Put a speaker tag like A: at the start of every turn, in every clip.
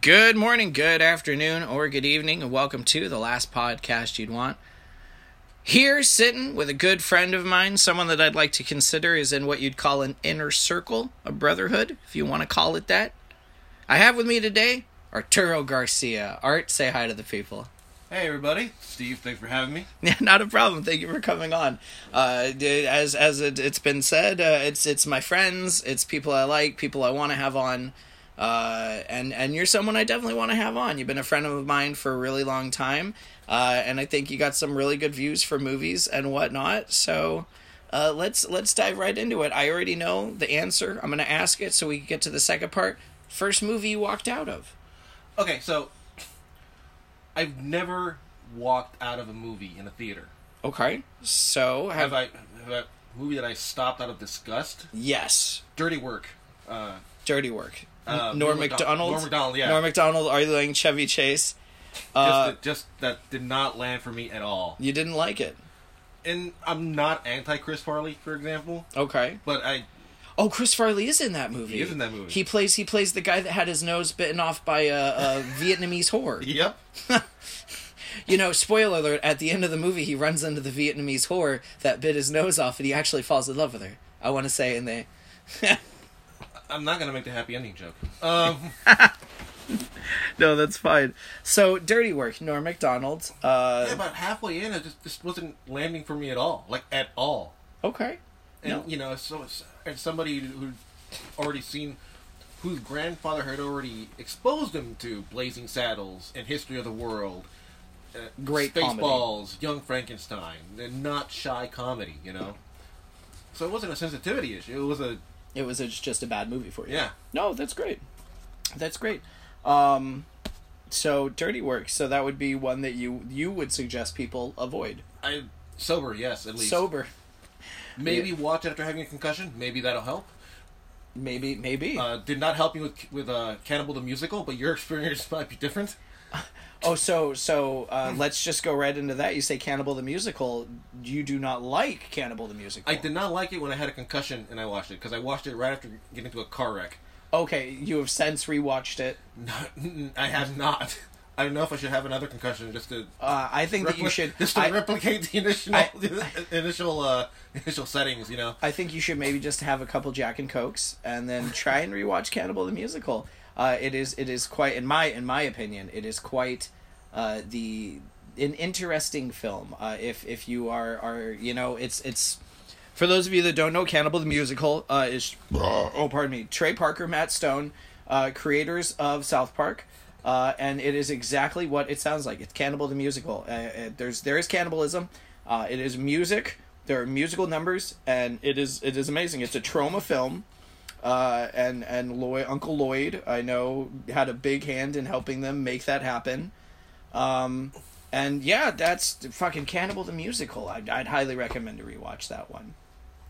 A: Good morning, good afternoon, or good evening, and welcome to the last podcast you'd want. Here, sitting with a good friend of mine, someone that I'd like to consider is in what you'd call an inner circle, a brotherhood, if you want to call it that. I have with me today Arturo Garcia. Art, say hi to the people.
B: Hey everybody, Steve. Thanks for having me.
A: Yeah, not a problem. Thank you for coming on. Uh, d- as as it, it's been said, uh, it's it's my friends, it's people I like, people I want to have on, uh, and and you're someone I definitely want to have on. You've been a friend of mine for a really long time, uh, and I think you got some really good views for movies and whatnot. So. Uh, let's let's dive right into it. I already know the answer. I'm gonna ask it so we can get to the second part. First movie you walked out of?
B: Okay, so I've never walked out of a movie in a theater.
A: Okay. So have,
B: Have I? Have I movie that I stopped out of disgust?
A: yes.
B: Dirty Work. Uh,
A: Dirty Work.
B: Uh,
A: Norm
B: Norm Macdonald-
A: McDonald.
B: Norm Macdonald, yeah.
A: Norm Macdonald, arguing Chevy Chase.
B: just,
A: Uh,
B: just that did not land for me at all.
A: you didn't like it.
B: And I'm not anti Chris Farley, for example,
A: Okay.
B: but I
A: Oh, Chris Farley is in that movie.
B: He is in that movie.
A: He plays he plays the guy that had his nose bitten off by a, a Vietnamese whore.
B: yep.
A: You know, spoiler alert, at the end of the movie he runs into the Vietnamese whore that bit his nose off and he actually falls in love with her. I want to say and they
B: I'm not gonna make the happy ending joke. Um,
A: No, that's fine. So, Dirty Work, Norm Macdonald. Uh
B: about halfway in, it just, just wasn't landing for me at all. Like at all.
A: okay.
B: and
A: No.
B: you know, so and somebody who already seen whose grandfather had already exposed him to Blazing Saddles and History of the World, uh,
A: Great comedy.
B: Spaceballs, Young Frankenstein, and not shy comedy, you know. So it wasn't a sensitivity issue. It was a
A: It was it's just a bad movie for you.
B: yeah.
A: No, that's great. That's great. Um, so dirty work. So that would be one that you you would suggest people avoid.
B: I sober, yes, at least
A: Sober,
B: Maybe watch it after having a concussion. Maybe that'll help.
A: maybe, maybe.
B: Uh, did not help me with with uh, Cannibal the musical, but your experience might be different.
A: oh, so so
B: Hmm.
A: uh, let's just go right into that. You say Cannibal the musical. You do not like Cannibal the musical.
B: I did not like it when I had a concussion and I watched it because I watched it right after getting into a car wreck.
A: Okay, you have since rewatched it.
B: No, I have not. I don't know if I should have another concussion just to
A: Uh, I think that you
B: repli-
A: should.
B: just to
A: I,
B: replicate the initial
A: I-
B: initial uh, initial settings. You know,
A: I think you should maybe just have a couple Jack and Cokes and then try and rewatch Cannibal the Musical. Uh, it is it is quite in my in my opinion it is quite uh, the an interesting film. Uh, if if you are are you know it's it's for those of you that don't know Cannibal the Musical uh, is oh pardon me Trey Parker Matt Stone uh, creators of South Park. Uh, and it is exactly what it sounds like. It's Cannibal the Musical. Uh, uh, there's there is cannibalism. Uh, it is music. There are musical numbers, and it is it is amazing. It's a trauma film, uh, and and Lloyd, Uncle Lloyd, I know had a big hand in helping them make that happen. Um, and yeah, that's fucking Cannibal the Musical. I'd, I'd highly recommend to rewatch that one.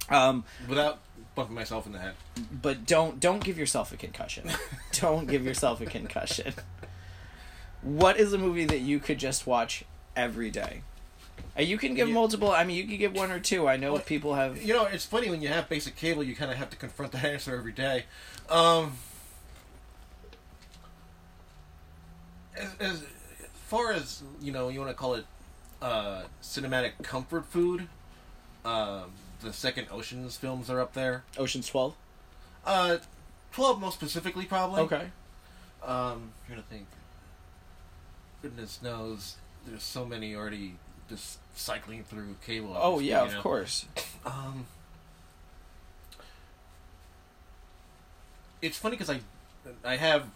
A: Um,
B: without bumping myself in the head.
A: but don't don't give yourself a concussion. don't give yourself a concussion. What is a movie that you could just watch every day? Uh, You can give
B: Yeah.
A: multiple. I mean, you can give one or two. I know
B: Well,
A: people have.
B: You know, it's funny when you have basic cable, you kind of have to confront that answer every day. Um, as, as far as you know, you want to call it uh, cinematic comfort food. Um, the second Ocean's films are up there.
A: Ocean's Twelve.
B: Uh, twelve most specifically, probably.
A: Okay.
B: Um, trying to think. Goodness knows, there's so many already just cycling through cable. at
A: Oh
B: this
A: yeah,
B: point,
A: of
B: you know?
A: course.
B: Um, it's funny because I, I have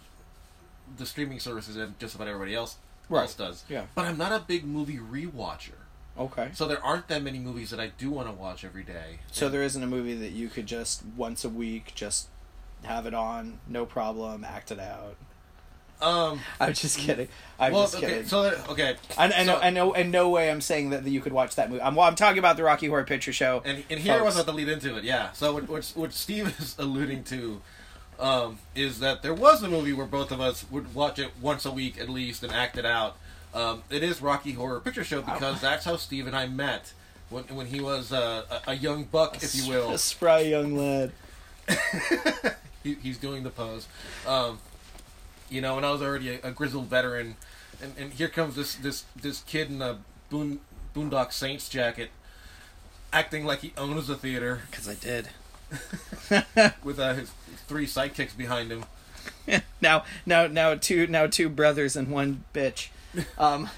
B: the streaming services that just about everybody else
A: Right.
B: else does.
A: Yeah.
B: But I'm not a big movie rewatcher,
A: Okay.
B: so there aren't that many movies that I do want to watch every day.
A: So there isn't a movie that you could just once a week just have it on, no problem, act it out.
B: Um.
A: I'm just kidding. I'm
B: well,
A: just
B: okay.
A: kidding.
B: So there, okay.
A: I, I know,
B: so-
A: I know, in no way I'm saying that, that you could watch that movie. I'm, well, I'm talking about the Rocky Horror Picture Show.
B: And, and here
A: folks.
B: was the lead into it, yeah. So what, what, what Steve is alluding to um, is that there was a movie where both of us would watch it once a week at least and act it out. Um, it is Rocky Horror Picture Show because that's how Steve and I met when, when he was uh, a, a young buck, if you will.
A: A spry young lad.
B: He, he's doing the pose. Um, you know, and I was already a, a grizzled veteran, and, and here comes this this this kid in a boon, Boondock Saints jacket, acting like he owns the theater
A: Because I did.
B: with uh, his three sidekicks behind him.
A: now, now, now two, now two brothers and one bitch. Um,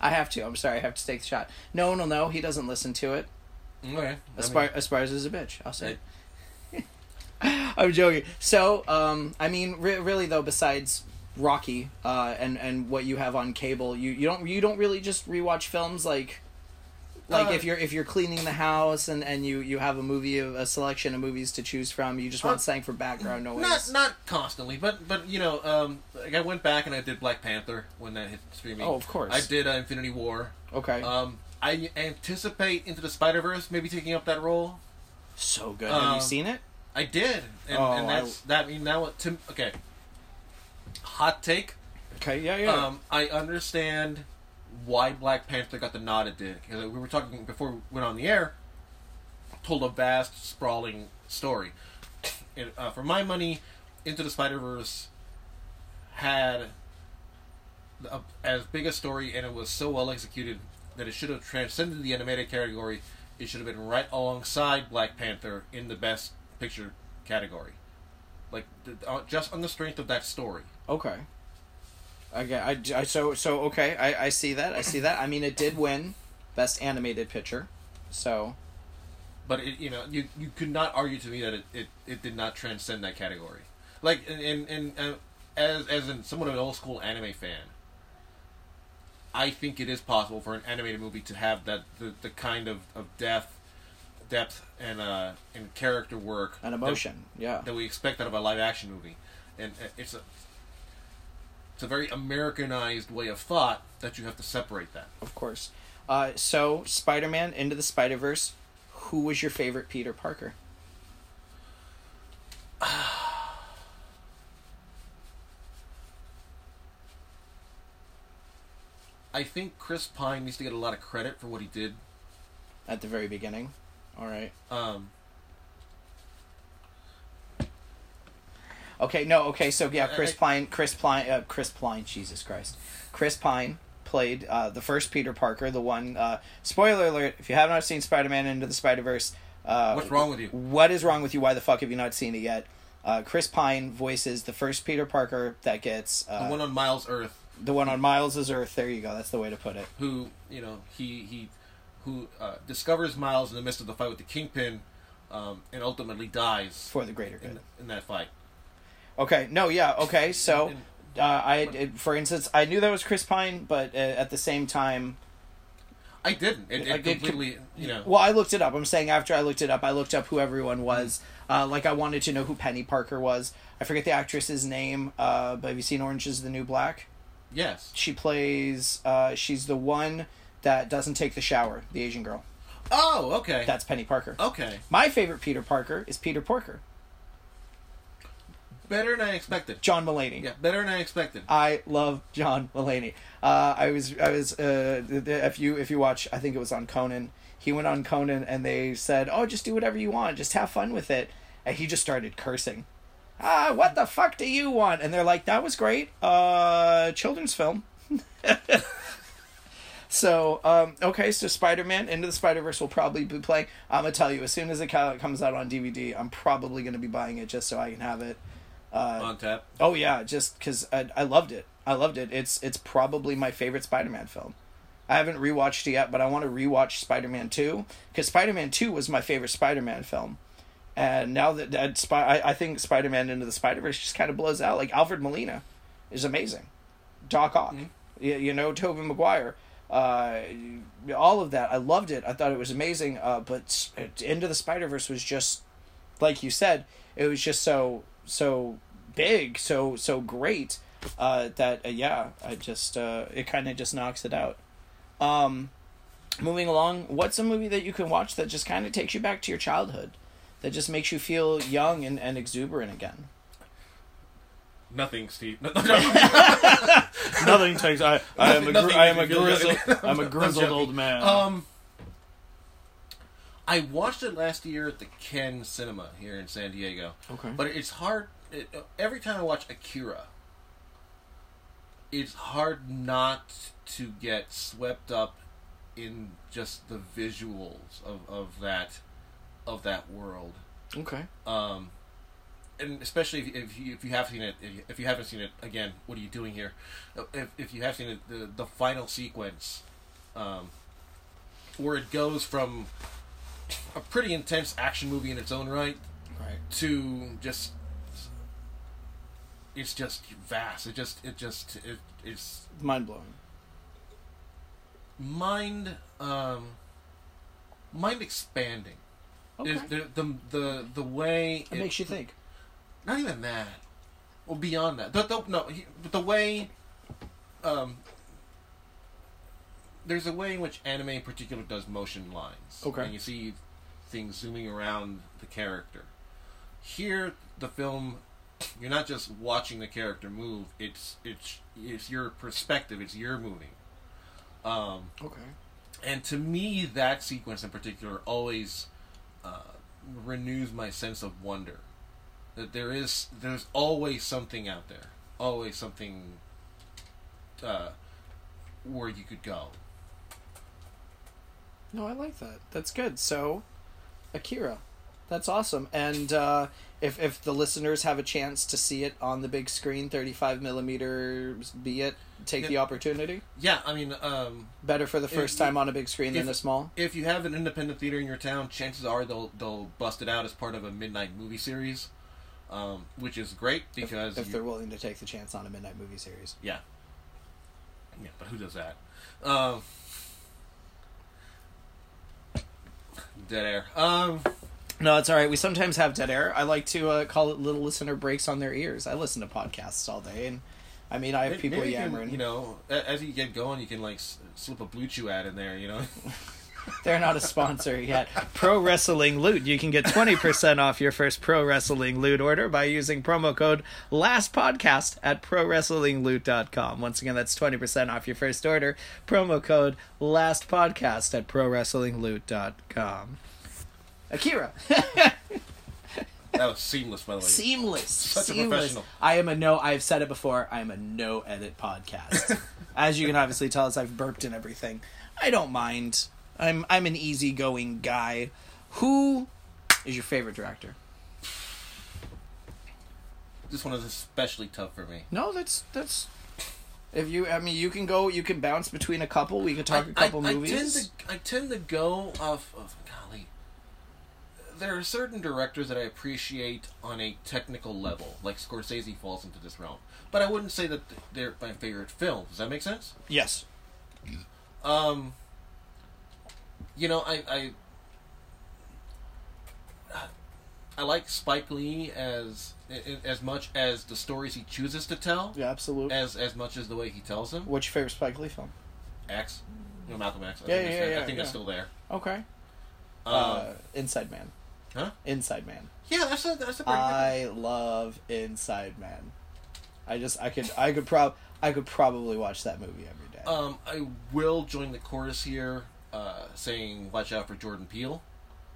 A: I have to. I'm sorry. I have to take the shot. No one will know. He doesn't listen to it.
B: Okay, I
A: Aspar-
B: mean,
A: Esparza's a bitch. I'll say. it. I'm joking. So, um, I mean, re- really though, besides Rocky uh, and and what you have on cable, you, you don't you don't really just rewatch films like like
B: Uh,
A: if you're if you're cleaning the house and and you you have a movie of a selection of movies to choose from, you just want
B: Uh,
A: something for background noise.
B: not not constantly, but but you know, um, like I went back and I did Black Panther when that hit streaming.
A: Oh, of course.
B: I did uh, Infinity War.
A: okay,
B: Um, I anticipate Into the Spider Verse maybe taking up that role.
A: so good. have
B: um,
A: you seen it?
B: I did, and,
A: Oh,
B: and that's that. I mean, now it- to okay, hot take.
A: Okay, yeah, yeah.
B: Um, I understand why Black Panther got the nod it did. 'Cause we were talking before we went on the air. Told a vast, sprawling story. And, uh, for my money, Into the Spider Verse had a, as big a story, and it was so well executed that it should have transcended the animated category. It should have been right alongside Black Panther in the Best Picture category, like th- uh, just on the strength of that story.
A: Okay. Okay, I, I so so okay. I I see that. I see that. I mean, it did win best animated picture, so
B: but it, you know you you could not argue to me that it, it, it did not transcend that category like and and, and uh, as as in somewhat of an old school anime fan i think it is possible for an animated movie to have that the, the kind of, of depth depth and uh and character work
A: an
B: that-
A: emotion. yeah.
B: that, we expect out of a live action movie and uh, it's a it's a very americanized way of thought that you have to separate that
A: of course. Uh, so Spider Man into the Spider Verse. Who was your favorite Peter Parker?
B: i think chris pine needs to get a lot of credit for what he did
A: At the very beginning. All right.
B: um
A: Okay. No. Okay. So yeah,
B: I-
A: Chris
B: I-
A: Pine. Chris Pine. Uh, Chris Pine. Jesus Christ. Chris Pine played uh, the first Peter Parker, the one. Uh, spoiler alert! If you have not seen Spider Man into the Spider Verse, uh,
B: What's wrong with you?
A: What is wrong with you? Why the fuck have you not seen it yet? Uh, Chris Pine voices the first Peter Parker that gets uh,
B: the one on Miles Earth,
A: the one on Miles's Earth. There you go. That's the way to put it.
B: who you know he he who uh, discovers Miles in the midst of the fight with the Kingpin, um, and ultimately dies
A: For the greater good.
B: in, in that fight.
A: Okay. No. Yeah. Okay. So,
B: And-
A: uh, I it, for instance, I knew that was Chris Pine, but uh, at the same time,
B: I didn't. It, it
A: I did
B: completely you know.
A: well, I looked it up. I'm saying after I looked it up, I looked up who everyone was. Uh, like I wanted to know who Penny Parker was. I forget the actress's name. Uh, but have you seen Orange Is the New Black?
B: yes.
A: She plays. Uh, she's the one that doesn't take the shower. The Asian girl.
B: Oh, okay.
A: That's Penny Parker.
B: okay.
A: My favorite Peter Parker is Peter Porker.
B: Better than I expected.
A: John Mulaney.
B: Yeah, better than I expected.
A: I love John Mulaney. Uh, I was I was uh, th- th- if you if you watch I think it was on Conan. He went on Conan and they said, "Oh, just do whatever you want. Just have fun with it." And he just started cursing. Ah, what the fuck do you want? And they're like, "That was great. Uh, children's film." So um, okay, so Spider Man Into the Spider Verse will probably be playing. I'm gonna tell you as soon as it co- comes out on DVD, I'm probably gonna be buying it just so I can have it.
B: on tap.
A: Oh yeah, just because I, I loved it. I loved it. It's it's probably my favorite Spider-Man film. I haven't rewatched it yet, but I want to rewatch Spider-Man Two because Spider-Man Two was my favorite Spider-Man film. And now that, that Spy, I, I think Spider-Man Into the Spider-Verse just kind of blows out. Like Alfred Molina is amazing. Doc Ock, you, you know, Tobey Maguire, uh, all of that. I loved it. I thought it was amazing. Uh, but S- Into the Spider-Verse was just like you said, it was just so so big, so so great uh, that uh, yeah, I just uh, it kind of just knocks it out. Um, moving along, what's a movie that you can watch that just kind of takes you back to your childhood, that just makes you feel young and, and exuberant again?
B: Nothing, Steve.
A: Nothing takes. I, I
B: am a Nothing- gri- I am a nothing makes me feel grizzled- good. I'm a I'm grizzled joking. old
A: man.
B: um, I watched it last year at the Ken Cinema here in San Diego.
A: okay.
B: But it's hard. It, every time I watch Akira, it's hard not to get swept up in just the visuals of, of that of that world.
A: Okay.
B: Um, and especially if, if you if you have seen it if you, if you haven't seen it again, what are you doing here? Uh, If if you have seen it, the the final sequence, um, where it goes from a pretty intense action movie in its own right
A: Right.
B: to just it's just vast. It just it just it it's
A: Mind blowing.
B: mind um mind expanding.
A: Okay.
B: Is the, the the the way
A: it makes you think.
B: not even that. Well, beyond that, the, the, no, he, but the way, um, there's a way in which anime in particular does motion lines.
A: Okay.
B: and you see things zooming around the character. Here, the film, you're not just watching the character move. It's it's it's your perspective. It's your moving. Um,
A: Okay.
B: and to me that sequence in particular always uh, renews my sense of wonder that there is there's always something out there always something uh, where you could go
A: No, I like that. That's good. So, Akira, that's awesome. And uh, if if the listeners have a chance to see it on the big screen, thirty five millimeters, be it, take the
B: Yeah.
A: opportunity.
B: yeah i mean um,
A: Better for the first
B: If-
A: time on a big screen than
B: if-
A: a small.
B: if you have an independent theater in your town chances are they'll they'll bust it out as part of a midnight movie series um, which is great because
A: If
B: you-
A: they're willing to take the chance on a midnight movie series.
B: Yeah. Yeah, but who does that? Um, dead air. Um,
A: No, it's all right. We sometimes have dead air. I like to uh, call it little listener breaks on their ears. I listen to podcasts all day, and I mean, I have people
B: maybe you can,
A: yammering.
B: you know, a- as you get going, you can like s- slip a blue chew ad in there. You know,
A: They're not a sponsor yet. Pro Wrestling Loot. You can get 20% off your first Pro Wrestling Loot order by using promo code LASTPODCAST at ProWrestlingLoot.com. Once again, that's 20% off your first order. Promo code LASTPODCAST at ProWrestlingLoot.com. Akira.
B: that was seamless, by the way.
A: seamless.
B: Such a
A: seamless.
B: professional.
A: I am a no, I've said it before, I am a no edit podcast. as you can obviously tell, as I've burped and everything, I don't mind. I'm I'm an easygoing guy. Who is your favorite director?
B: this one is especially tough for me.
A: No, that's that's. If you, I mean, you can go. You can bounce between a couple. We can talk a
B: I-
A: couple
B: I,
A: movies.
B: I tend to I tend to go off of golly. There are certain directors that I appreciate on a technical level, like Scorsese falls into this realm. But I wouldn't say that they're my favorite film. Does that make sense?
A: Yes.
B: Um, you know, I I I like Spike Lee as as much as the stories he chooses to tell,
A: Yeah, absolutely.
B: as as much as the way he tells them.
A: What's your favorite Spike Lee film?
B: X, you know, Malcolm X.
A: Yeah,
B: I think
A: yeah,
B: that's-
A: yeah,
B: I think that's
A: yeah.
B: still there.
A: Okay.
B: Um,
A: uh, Inside Man.
B: Huh?
A: Inside Man.
B: Yeah, that's a that's a pretty good.
A: I love Inside Man. I just I could I could prob I could probably watch that movie every day.
B: one. Um, I will join the chorus here, uh, saying watch out for Jordan Peele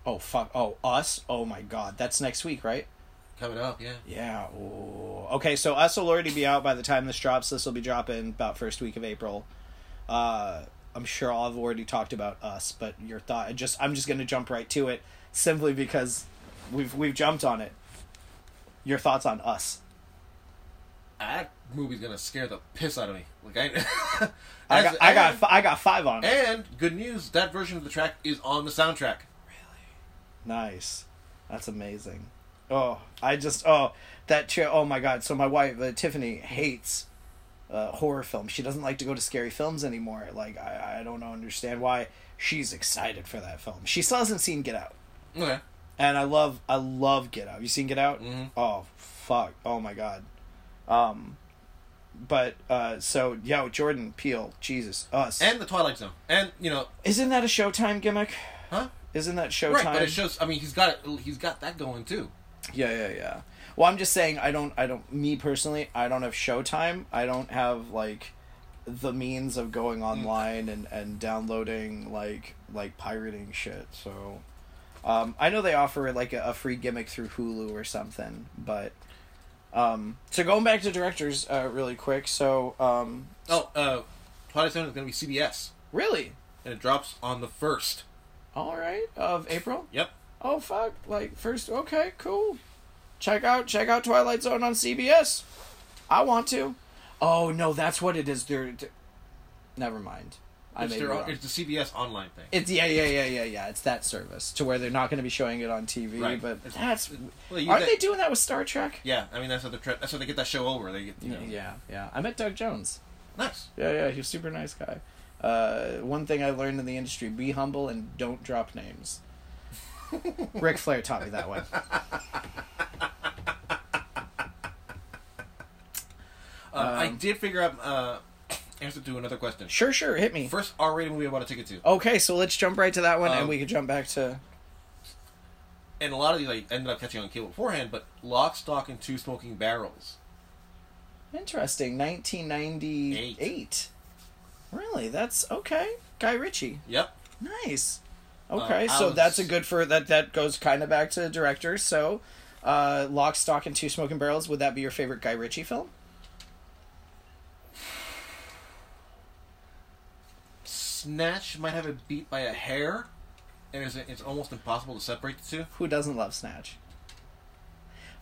A: oh fuck! Oh us! Oh my god! That's next week, right?
B: coming up. Yeah,
A: Yeah. Ooh. Okay, so us will already be out by the time this drops. This will be dropping about first week of April. Uh, I'm sure I'll have already talked about us, but your thought. Just I'm just gonna jump right to it, simply because we've we've jumped on it. Your thoughts on us?
B: that movie's gonna scare the piss out of me. Like I,
A: I
B: As-
A: got I got
B: and-
A: fi- I got five on it.
B: And good news, that version of the track is on the soundtrack.
A: Nice. That's amazing. Oh, I just oh that chair. Oh my god. So my wife uh, Tiffany hates uh, horror films. She doesn't like to go to scary films anymore. Like I I don't know, understand why. She's excited for that film. She still hasn't seen Get Out,
B: Okay.
A: and I love I love Get Out. You seen Get Out?
B: Mhm.
A: Oh fuck. Oh my god. Um, but uh, so yo Jordan Peele, Jesus, us.
B: And the Twilight Zone. And you know,
A: Isn't that a Showtime gimmick?
B: huh?
A: Isn't that Showtime?
B: Right, but it shows. I mean, he's got he's got that going too.
A: Yeah, yeah, yeah. Well, I'm just saying I don't I don't me personally, I don't have Showtime. I don't have like the means of going online and and downloading like like pirating shit. So um I know they offer like a, a free gimmick through Hulu or something, but Um, so going back to directors uh, really quick. So um,
B: Oh, uh, Twilight Zone is going to be CBS,
A: really,
B: and it drops on the first.
A: all right, of April.
B: Yep.
A: Oh fuck! Like first, okay, cool. Check out check out Twilight Zone on CBS. I want to. Oh no, that's what it is. They're, d- never mind. I
B: It's,
A: may be
B: their,
A: wrong.
B: it's the CBS online thing.
A: It's yeah yeah yeah yeah yeah. It's that service to where they're not going to be showing it on TV.
B: Right.
A: But
B: It's-
A: that's
B: Well, you
A: aren't
B: get-
A: they doing that with Star Trek?
B: Yeah, I mean that's how they tra- that's how they get that show over. They get you know,
A: yeah yeah. I met Doug Jones.
B: nice.
A: Yeah yeah. He's a super nice guy. Uh, one thing I learned in the industry: be humble and don't drop names. Ric Flair taught me that one.
B: Um, I did figure out uh, answer to another question.
A: Sure sure. Hit me.
B: First R-rated movie I bought a ticket to,
A: Okay, so let's jump right to that one,
B: Um,
A: and we can jump back to.
B: and a lot of these I ended up catching on cable beforehand. But Lock, Stock, and Two Smoking Barrels.
A: Interesting. 1998. Really? That's okay. Guy Ritchie.
B: Yep.
A: Nice. Okay,
B: I
A: so
B: was-
A: that's a good for that. That goes kind of back to director. So, uh, Lock, Stock, and Two Smoking Barrels. Would that be your favorite Guy Ritchie film?
B: Snatch might have it beat by a hair, and it's, it's almost impossible to separate the two.
A: Who doesn't love Snatch?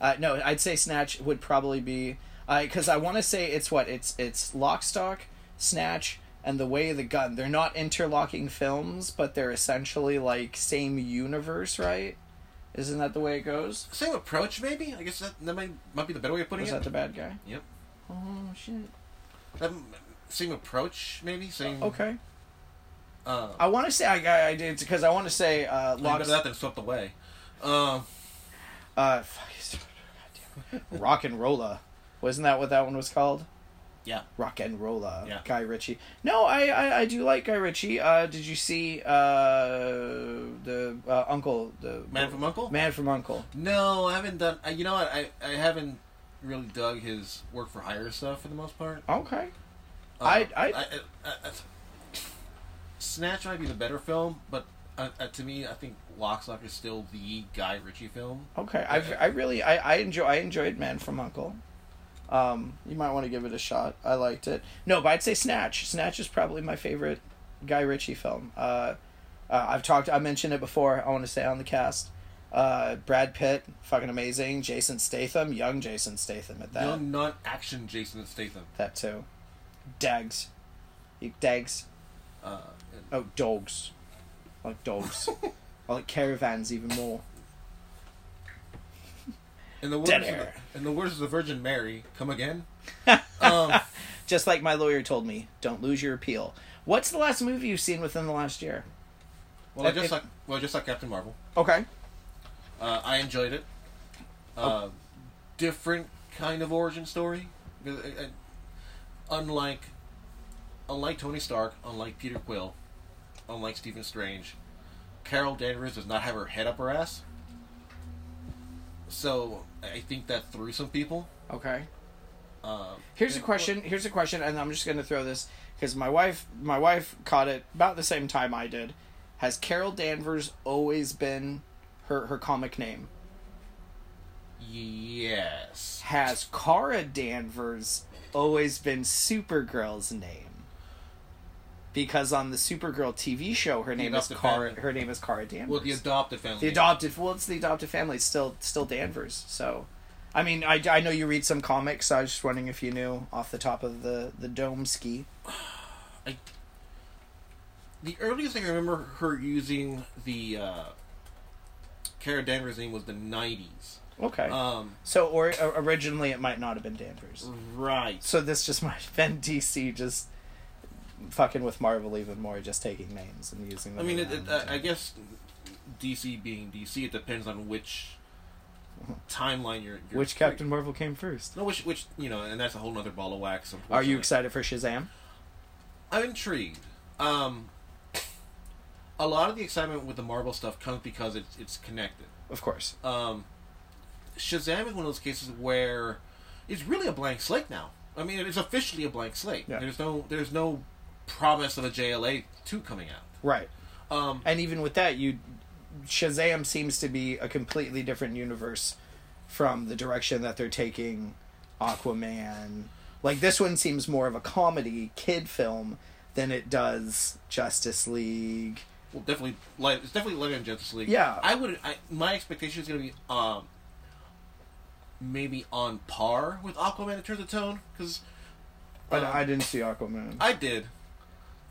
A: Uh, no, I'd say Snatch would probably be because I want to say it's what it's it's Lock, Stock, Snatch, and The Way of the Gun. They're not interlocking films, but they're essentially like same universe, right? Isn't that the way it goes?
B: Same approach, maybe. I guess that, that might might be the better way of putting
A: Was
B: it.
A: that the bad guy?
B: Yep.
A: Oh shit.
B: That, same approach, maybe. Same.
A: Okay.
B: Uh,
A: I want to say I I did because I want to say uh,
B: Lock
A: Lock,
B: better that than swept away. Um,
A: Uh, fuck, it's- goddamn. Rock and Rolla. Wasn't that what that one was called?
B: yeah.
A: Rock and Rolla.
B: Yeah.
A: Guy Ritchie. No, I, I, I do like Guy Ritchie. Uh, did you see uh, the uh, Uncle? The
B: Man from Uncle.
A: Man from Uncle.
B: No, I haven't done. I, you know what? I, I haven't really dug his work for hire stuff for the most part. Um,
A: Okay. I- I-
B: I- I- Snatch might be the better film, but uh, uh, to me, I think Lock, Stock is still the Guy Ritchie film.
A: Okay. I've, I really I, I enjoy I enjoyed Man from Uncle. Um, you might want to give it a shot. I liked it. No, but I'd say Snatch. Snatch is probably my favorite Guy Ritchie film. Uh, uh, I've talked. I mentioned it before. I want to say on the cast. Uh, Brad Pitt, fucking amazing. Jason Statham, young Jason Statham at that.
B: Young non-action Jason Statham.
A: That too. Dags. You dags.
B: Uh,
A: Oh, dogs. I like dogs. I like caravans even more.
B: in the words,
A: Dead
B: of
A: air.
B: the, in the words of the Virgin Mary, come again. um,
A: Just like my lawyer told me, don't lose your appeal. What's the last movie you've seen within the last year?
B: well, I
A: If- if-
B: just like well, I just like Captain Marvel.
A: Okay.
B: Uh, I enjoyed it.
A: Oh.
B: Uh, Different kind of origin story. Uh, uh, Unlike, unlike Tony Stark, unlike Peter Quill, unlike Stephen Strange, Carol Danvers does not have her head up her ass. So I think that threw some people.
A: Okay.
B: Uh,
A: Here's a question. Here's a question, and I'm just gonna throw this because my wife, my wife caught it about the same time I did. Has Carol Danvers always been her her comic name?
B: Yes.
A: Has Kara Danvers always been Supergirl's name? Because on the Supergirl TV show, her name is
B: adopted
A: Kara.
B: family.
A: Her name is Kara Danvers.
B: Well, the adopted family.
A: The adopted, well, it's the adopted family. It's still, still Danvers. So, I mean, I, I know you read some comics. So I was just wondering if you knew off the top of the the dome ski.
B: The earliest thing I remember her using the uh, Carol Danvers name was the '90s.
A: Okay.
B: Um,
A: so, or o- originally, it might not have been Danvers.
B: right.
A: So this just might have been DC just fucking with Marvel even more, just taking names and using
B: I
A: them.
B: mean, it,
A: around
B: it, I-
A: to-
B: I guess DC being DC, it depends on which timeline you're. you're
A: which Captain Marvel came first?
B: No, which which you know, and that's a whole other ball of wax.
A: Are you
B: unfortunately.
A: excited for Shazam?
B: I'm intrigued. Um, a lot of the excitement with the Marvel stuff comes because it's it's connected.
A: Of course.
B: Um, Shazam is one of those cases where it's really a blank slate now. I mean, it's officially a blank slate.
A: Yeah.
B: There's no there's no promise of a JLA two coming out.
A: Right.
B: Um,
A: And even with that, you Shazam seems to be a completely different universe from the direction that they're taking Aquaman. Like this one seems more of a comedy kid film than it does Justice League.
B: Well, definitely, light, it's definitely lighter than Justice League.
A: Yeah.
B: I would. I, my expectation is going to be um, maybe on par with Aquaman in terms of tone because
A: But
B: Um,
A: I didn't see Aquaman.
B: I did.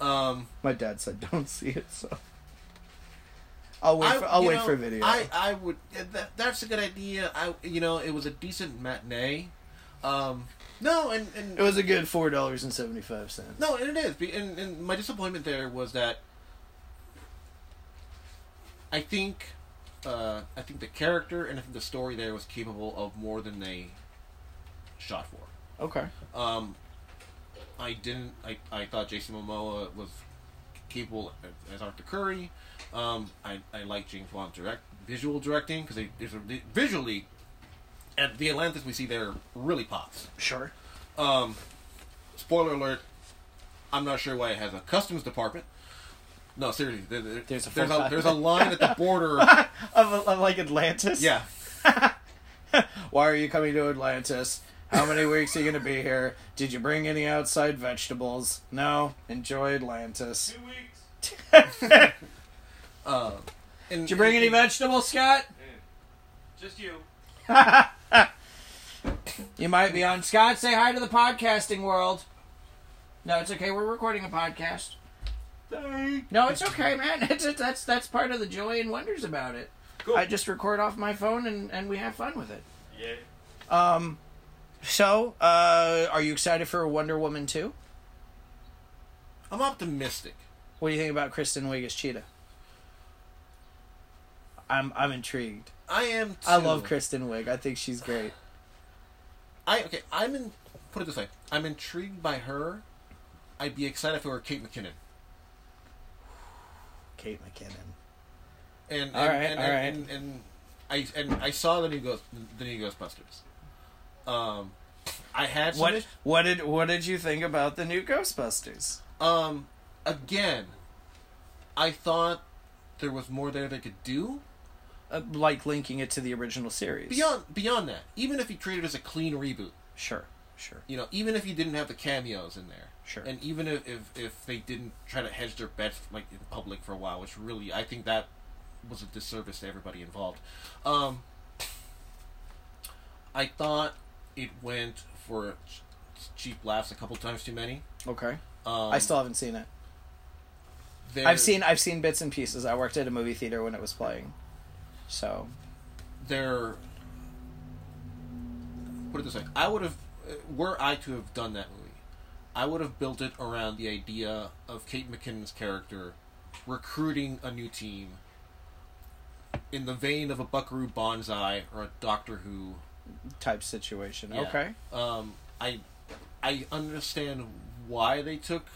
B: Um,
A: My dad said don't see it, so I'll wait. For,
B: I-
A: I'll
B: you
A: wait
B: know,
A: for video.
B: I, I would. yeah, That, that's a good idea. I you know it was a decent matinee. Um, no, and and
A: it was a good four dollars and seventy five cents.
B: No, and it is. Be- And, and my disappointment there was that I think uh, I think the character and I think the story there was capable of more than they shot for.
A: Okay.
B: Um, I didn't. I, I thought Jason Momoa was capable as Arthur Curry. Um, I I like James Wan's direct visual directing because they, they visually at the Atlantis we see there really pops.
A: Sure.
B: Um, spoiler alert. I'm not sure why it has a customs department. No, seriously, there- there-
A: There's a
B: there's
A: full-
B: a, there's a line at the border.
A: Of, of like Atlantis.
B: yeah,
A: Why are you coming to Atlantis? How many weeks are you gonna be here? Did you bring any outside vegetables? No. Enjoy Atlantis.
C: Two weeks.
B: uh, and,
A: Did you bring any
B: and-
A: vegetables, Scott?
C: Yeah. Just you.
A: You might be on. Scott, say hi to the podcasting world. No, it's okay. We're recording a podcast. No, it's okay, man. It's, it's, that's that's part of the joy and wonders about it.
C: Cool.
A: I just record off my phone and, and we have fun with it.
C: Yeah.
A: Um, so uh, are you excited for Wonder Woman two?
B: I'm optimistic.
A: What do you think about Kristen Wiig as Cheetah? I'm I'm intrigued.
B: I am. Too.
A: I love Kristen Wiig. I think she's great.
B: I okay. I'm in. Put it this way. I'm intrigued by her. I'd be excited if it were Kate McKinnon.
A: Kate McKinnon.
B: And, and
A: All right,
B: and,
A: all right.
B: and, and, I and I saw the new Ghost, the new Ghostbusters. Um, I had some
A: What what did what did you think about the new Ghostbusters?
B: Um, again, I thought there was more there they could do
A: Uh, like linking it to the original series.
B: beyond beyond that. Even if you treated it as a clean reboot,
A: Sure, sure.
B: you know, even if you didn't have the cameos in there,
A: Sure.
B: and even if if, if they didn't try to hedge their bets like in public for a while, which really I think that was a disservice to everybody involved. Um, I thought it went for ch- cheap laughs a couple times too many.
A: Okay.
B: Um,
A: I still haven't seen it.
B: there-
A: I've seen I've seen bits and pieces. I worked at a movie theater when it was playing. So
B: they're put it this way i would have were i to have done that movie i would have built it around the idea of kate mckinnon's character recruiting a new team in the vein of a buckaroo banzai or a doctor who
A: type situation.
B: Yeah.
A: Okay.
B: um, i i understand why they took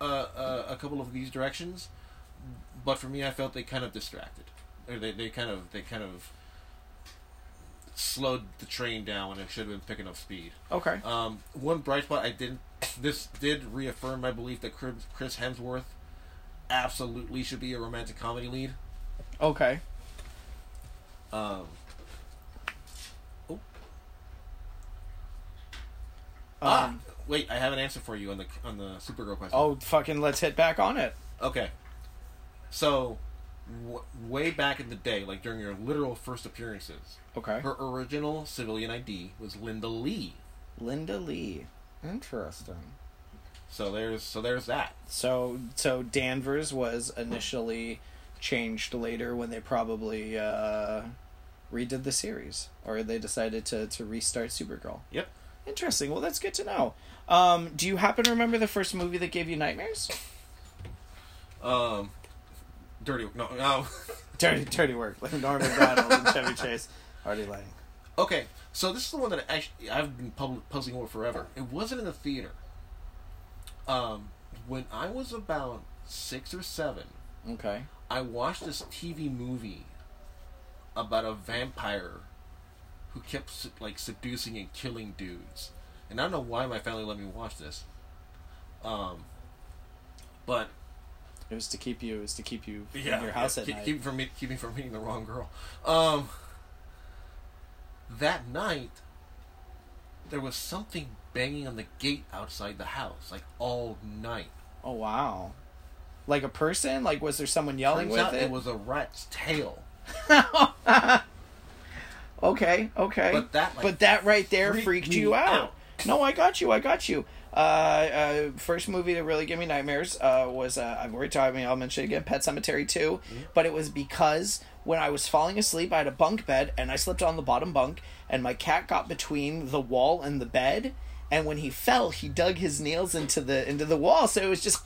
B: uh, uh, a couple of these directions but for me i felt they kind of distracted or they, they kind of they kind of slowed the train down when it should have been picking up speed
A: Okay.
B: um, one bright spot i didn't this did reaffirm my belief that chris Chris hemsworth absolutely should be a romantic comedy lead
A: Okay.
B: um, oh, ah,
A: Um,
B: wait i have an answer for you on the on the supergirl question
A: oh fucking let's hit back on it.
B: Okay. So, w- way back in the day, like during your literal first appearances,
A: Okay.
B: her original civilian ID was Linda Lee.
A: Linda Lee. Interesting.
B: So there's so there's that.
A: So so Danvers was initially changed later when they probably uh, redid the series or they decided to to restart Supergirl.
B: Yep.
A: Interesting. Well, that's good to know. Um, do you happen to remember the first movie that gave you nightmares?
B: Um, dirty. No, no.
A: Dirty Dirty Work with Norman Donald and Chevy Chase, Artie Lang.
B: okay. So this is the one that I actually I've been pub- puzzling over forever. It wasn't in the theater. Um, when I was about six or seven,
A: Okay.
B: I watched this TV movie about a vampire who kept se- like seducing and killing dudes, and I don't know why my family let me watch this. Um, but
A: It was to keep you. It was to keep you in
B: yeah,
A: your house
B: yeah,
A: at
B: keep,
A: night.
B: keep me from meet- keep me from meeting the wrong girl. Um, that night, there was something banging on the gate outside the house, like all night.
A: Oh wow. Like a person? Like was there someone yelling
B: Turns
A: with
B: out
A: it?
B: it was a rat's tail.
A: okay, okay.
B: But that, like,
A: But that right there
B: freaked
A: freaked,
B: me
A: you out.
B: out.
A: No, I got you. I got you. Uh, uh, first movie to really give me nightmares uh, was uh, I've already talked. I mean, I'll mention it again, Pet Cemetery 2 But it was because when I was falling asleep, I had a bunk bed and I slept on the bottom bunk, and my cat got between the wall and the bed, and when he fell, he dug his nails into the into the wall, so it was just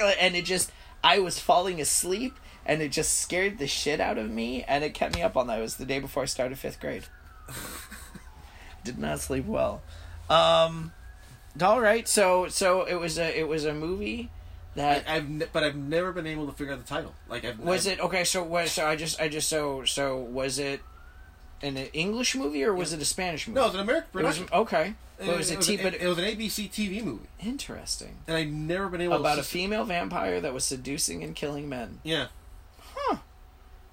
A: and it just I was falling asleep and it just scared the shit out of me and it kept me up all night. It was the day before I started fifth grade. Did not sleep well. Um all right, so so it was a it was a movie
B: I,
A: that
B: I've ne- but I've never been able to figure out the title. Like I've
A: was
B: I've-
A: it okay, so was so I just I just so so was it an English movie or was it a Spanish movie?
B: No, it was an American
A: it was
B: production.
A: okay. But it was a T
B: an-
A: but
B: it was an ABC TV movie,
A: interesting.
B: and I've never been able
A: About
B: to
A: a female vampire that was seducing and killing men.
B: Yeah,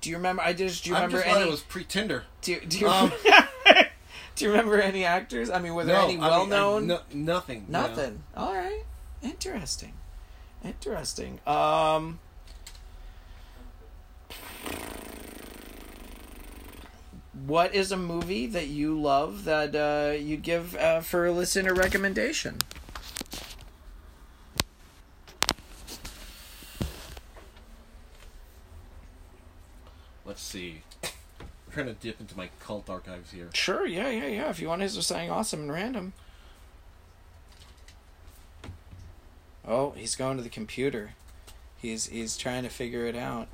A: Do you remember? I just do you
B: I'm
A: remember
B: just glad
A: any?
B: it was pre-Tinder.
A: do, do you
B: Um,
A: do you remember any actors? I mean, were there
B: no,
A: any
B: I mean, I-
A: well-known?
B: no- nothing. no.
A: Nothing. All right. Interesting. Interesting. Um. What is a movie that you love that uh, you'd give uh, for a listener recommendation?
B: Let's see. I'm trying to dip into my cult archives here.
A: Sure. Yeah. Yeah. Yeah. If you want to hit something awesome and random. Oh, he's going to the computer. He's he's trying to figure it out.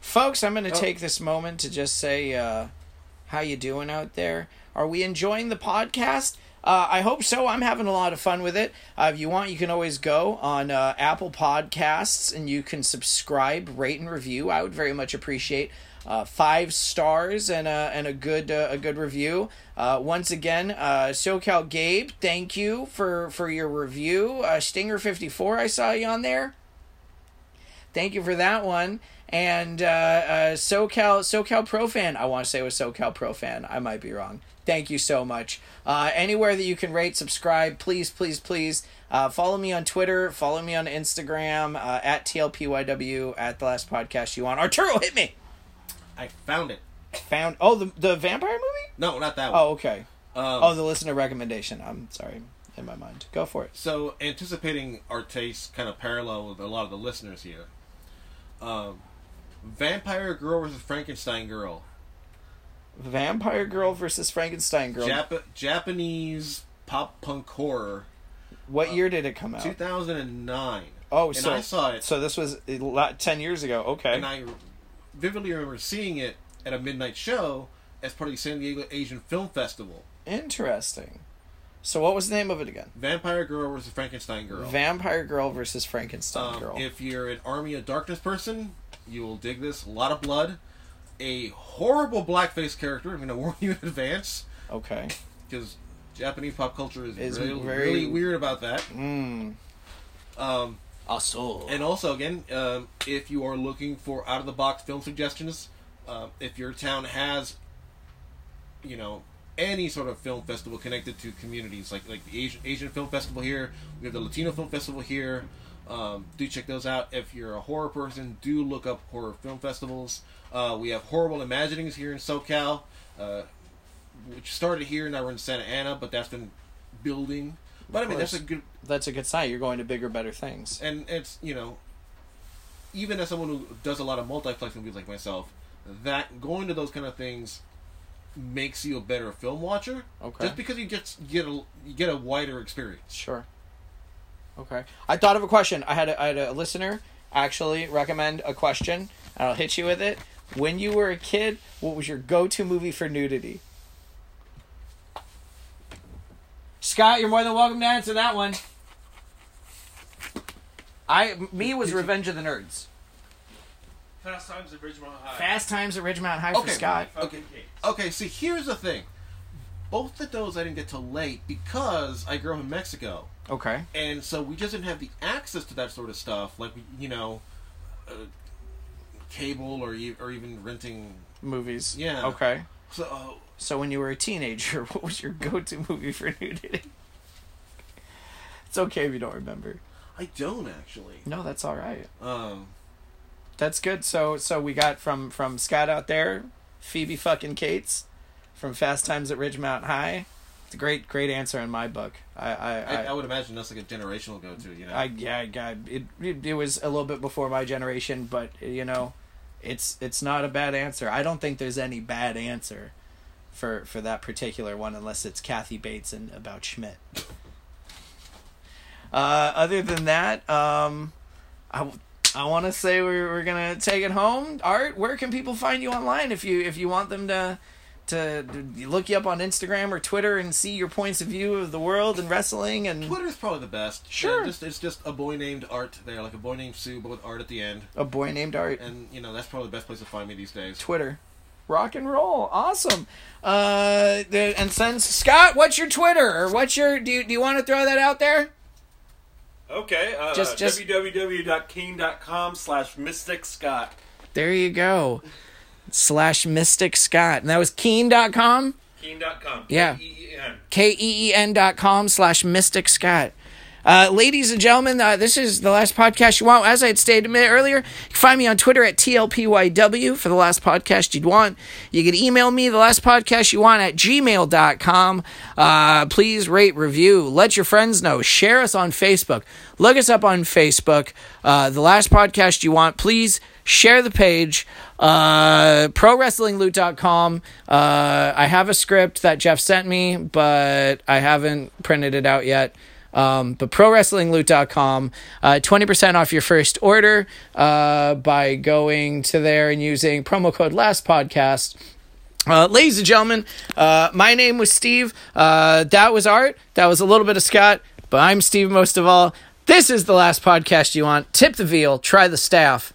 A: Folks, I'm going to
B: Oh.
A: take this moment to just say, uh, how you doing out there? Are we enjoying the podcast? Uh, I hope so. I'm having a lot of fun with it. Uh, if you want, you can always go on uh, Apple Podcasts and you can subscribe, rate, and review. I would very much appreciate uh, five stars and a and a good uh, a good review. Uh, once again, uh, SoCal Gabe, thank you for for your review. Uh, Stinger fifty four, I saw you on there thank you for that one. And uh, uh, SoCal SoCal Pro fan, I want to say it was SoCal Pro fan. I might be wrong. Thank you so much. Uh, anywhere that you can rate, subscribe, please, please, please. Uh, follow me on Twitter. Follow me on Instagram uh, at TLPYW at the last podcast you want. Arturo, hit me.
B: I found it.
A: Found oh the the vampire movie.
B: No, not that one.
A: Oh okay.
B: um,
A: Oh the listener recommendation. I'm sorry, in my mind. Go for it.
B: So, anticipating our tastes kind of parallel with a lot of the listeners here. Um, Vampire Girl versus Frankenstein Girl,
A: Vampire Girl versus Frankenstein Girl.
B: Jap- Japanese pop punk horror,
A: what year did it come out?
B: two thousand and nine.
A: Oh,
B: and
A: so
B: I saw it,
A: So this was a lot- ten years ago. Okay.
B: and I vividly remember seeing it at a midnight show as part of the San Diego Asian Film Festival.
A: Interesting. So what was the name of it again?
B: Vampire Girl versus Frankenstein Girl.
A: Vampire Girl versus Frankenstein
B: Um,
A: Girl.
B: If you're an Army of Darkness person, you will dig this. A lot of blood, a horrible blackface character. I'm going to warn you in advance
A: okay.
B: because Japanese pop culture is,
A: Is
B: really,
A: very-
B: really weird about that.
A: Mm.
B: Um,
A: Asshole.
B: and also, again, um, if you are looking for out of the box film suggestions, um, if your town has, you know, any sort of film festival connected to communities, like like the Asian, Asian Film Festival here, we have the Latino Film Festival here. Um, do check those out. If you're a horror person, do look up horror film festivals. Uh, we have Horrible Imaginings here in SoCal, uh, which started here, now we're in Santa Ana, but that's been building. But I mean, that's a
A: course.
B: good
A: That's a good sign. You're going to bigger, better things.
B: and it's you know even as someone who does a lot of multiplex movies like myself that going to those kind of things makes you a better film watcher
A: Okay.
B: just because you get get a you get a wider experience
A: Sure. Okay. I thought of a question. I had a, I had a listener actually recommend a question, and I'll hit you with it. When you were a kid, what was your go-to movie for nudity? Scott, you're more than welcome to answer that one. I me was Revenge of the Nerds.
C: Fast times at Ridgemont High.
A: Fast Times at Ridgemont High for
B: Okay.
A: Scott.
C: Fucking
B: Okay.
C: cakes.
B: okay see here's the thing both of those i didn't get till late because i grew up in mexico
A: Okay.
B: and so we just didn't have the access to that sort of stuff like we- you know uh, cable or e- or even renting
A: movies.
B: Yeah.
A: Okay.
B: So uh,
A: So when you were a teenager, what was your go-to movie for nudity? It's okay if you don't remember.
B: I don't actually.
A: No, that's all right.
B: Um,
A: That's good. So so we got from from Scott out there, Phoebe fucking Cates, from Fast Times at Ridgemont High. It's a great great answer in my book. I I
B: I,
A: I,
B: I would imagine that's like a generational go-to. You know,
A: I yeah, yeah it, it it was a little bit before my generation, but you know, it's it's not a bad answer. I don't think there's any bad answer for for that particular one unless it's Kathy Bates and about Schmidt. Uh, other than that, um, I w- I want to say we're we're gonna take it home. Art, where can people find you online if you if you want them to? To to look you up on Instagram or Twitter and see your points of view of the world and wrestling and
B: Twitter's probably the best.
A: Sure.
B: Yeah, just, it's just a boy named Art there, like a boy named Sue, but with Art at the end.
A: a boy named Art.
B: And you know that's probably the best place to find me these days.
A: Twitter. Rock and roll, awesome. Uh, the- and since Scott, what's your Twitter or what's your do you, do you want to throw that out there?
C: Okay, uh,
A: Just- just-
C: www.keen.com slash Mystic Scott.
A: There you go. Slash Mystic Scott, and that was Keen.com,
C: Keen.com.
A: Yeah.
C: K-E-E-N.
A: K E E N dot com slash Mystic Scott. Uh, ladies and gentlemen, uh, this is the last podcast you want. As I had stated a minute earlier, you can find me on Twitter at TLPYW for the last podcast you'd want. You can email me the last podcast you want at gmail.com. Uh, please rate, review, let your friends know, share us on Facebook. Look us up on Facebook, uh, the last podcast you want. Please share the page uh prowrestlingloot.com uh i have a script that jeff sent me but i haven't printed it out yet um, but prowrestlingloot.com, uh, 20% off your first order uh, by going to there and using promo code last podcast. Uh, ladies and gentlemen, uh, my name was Steve. Uh, that was Art. That was a little bit of Scott, but I'm Steve most of all. This is the last podcast you want. Tip the veal, try the staff.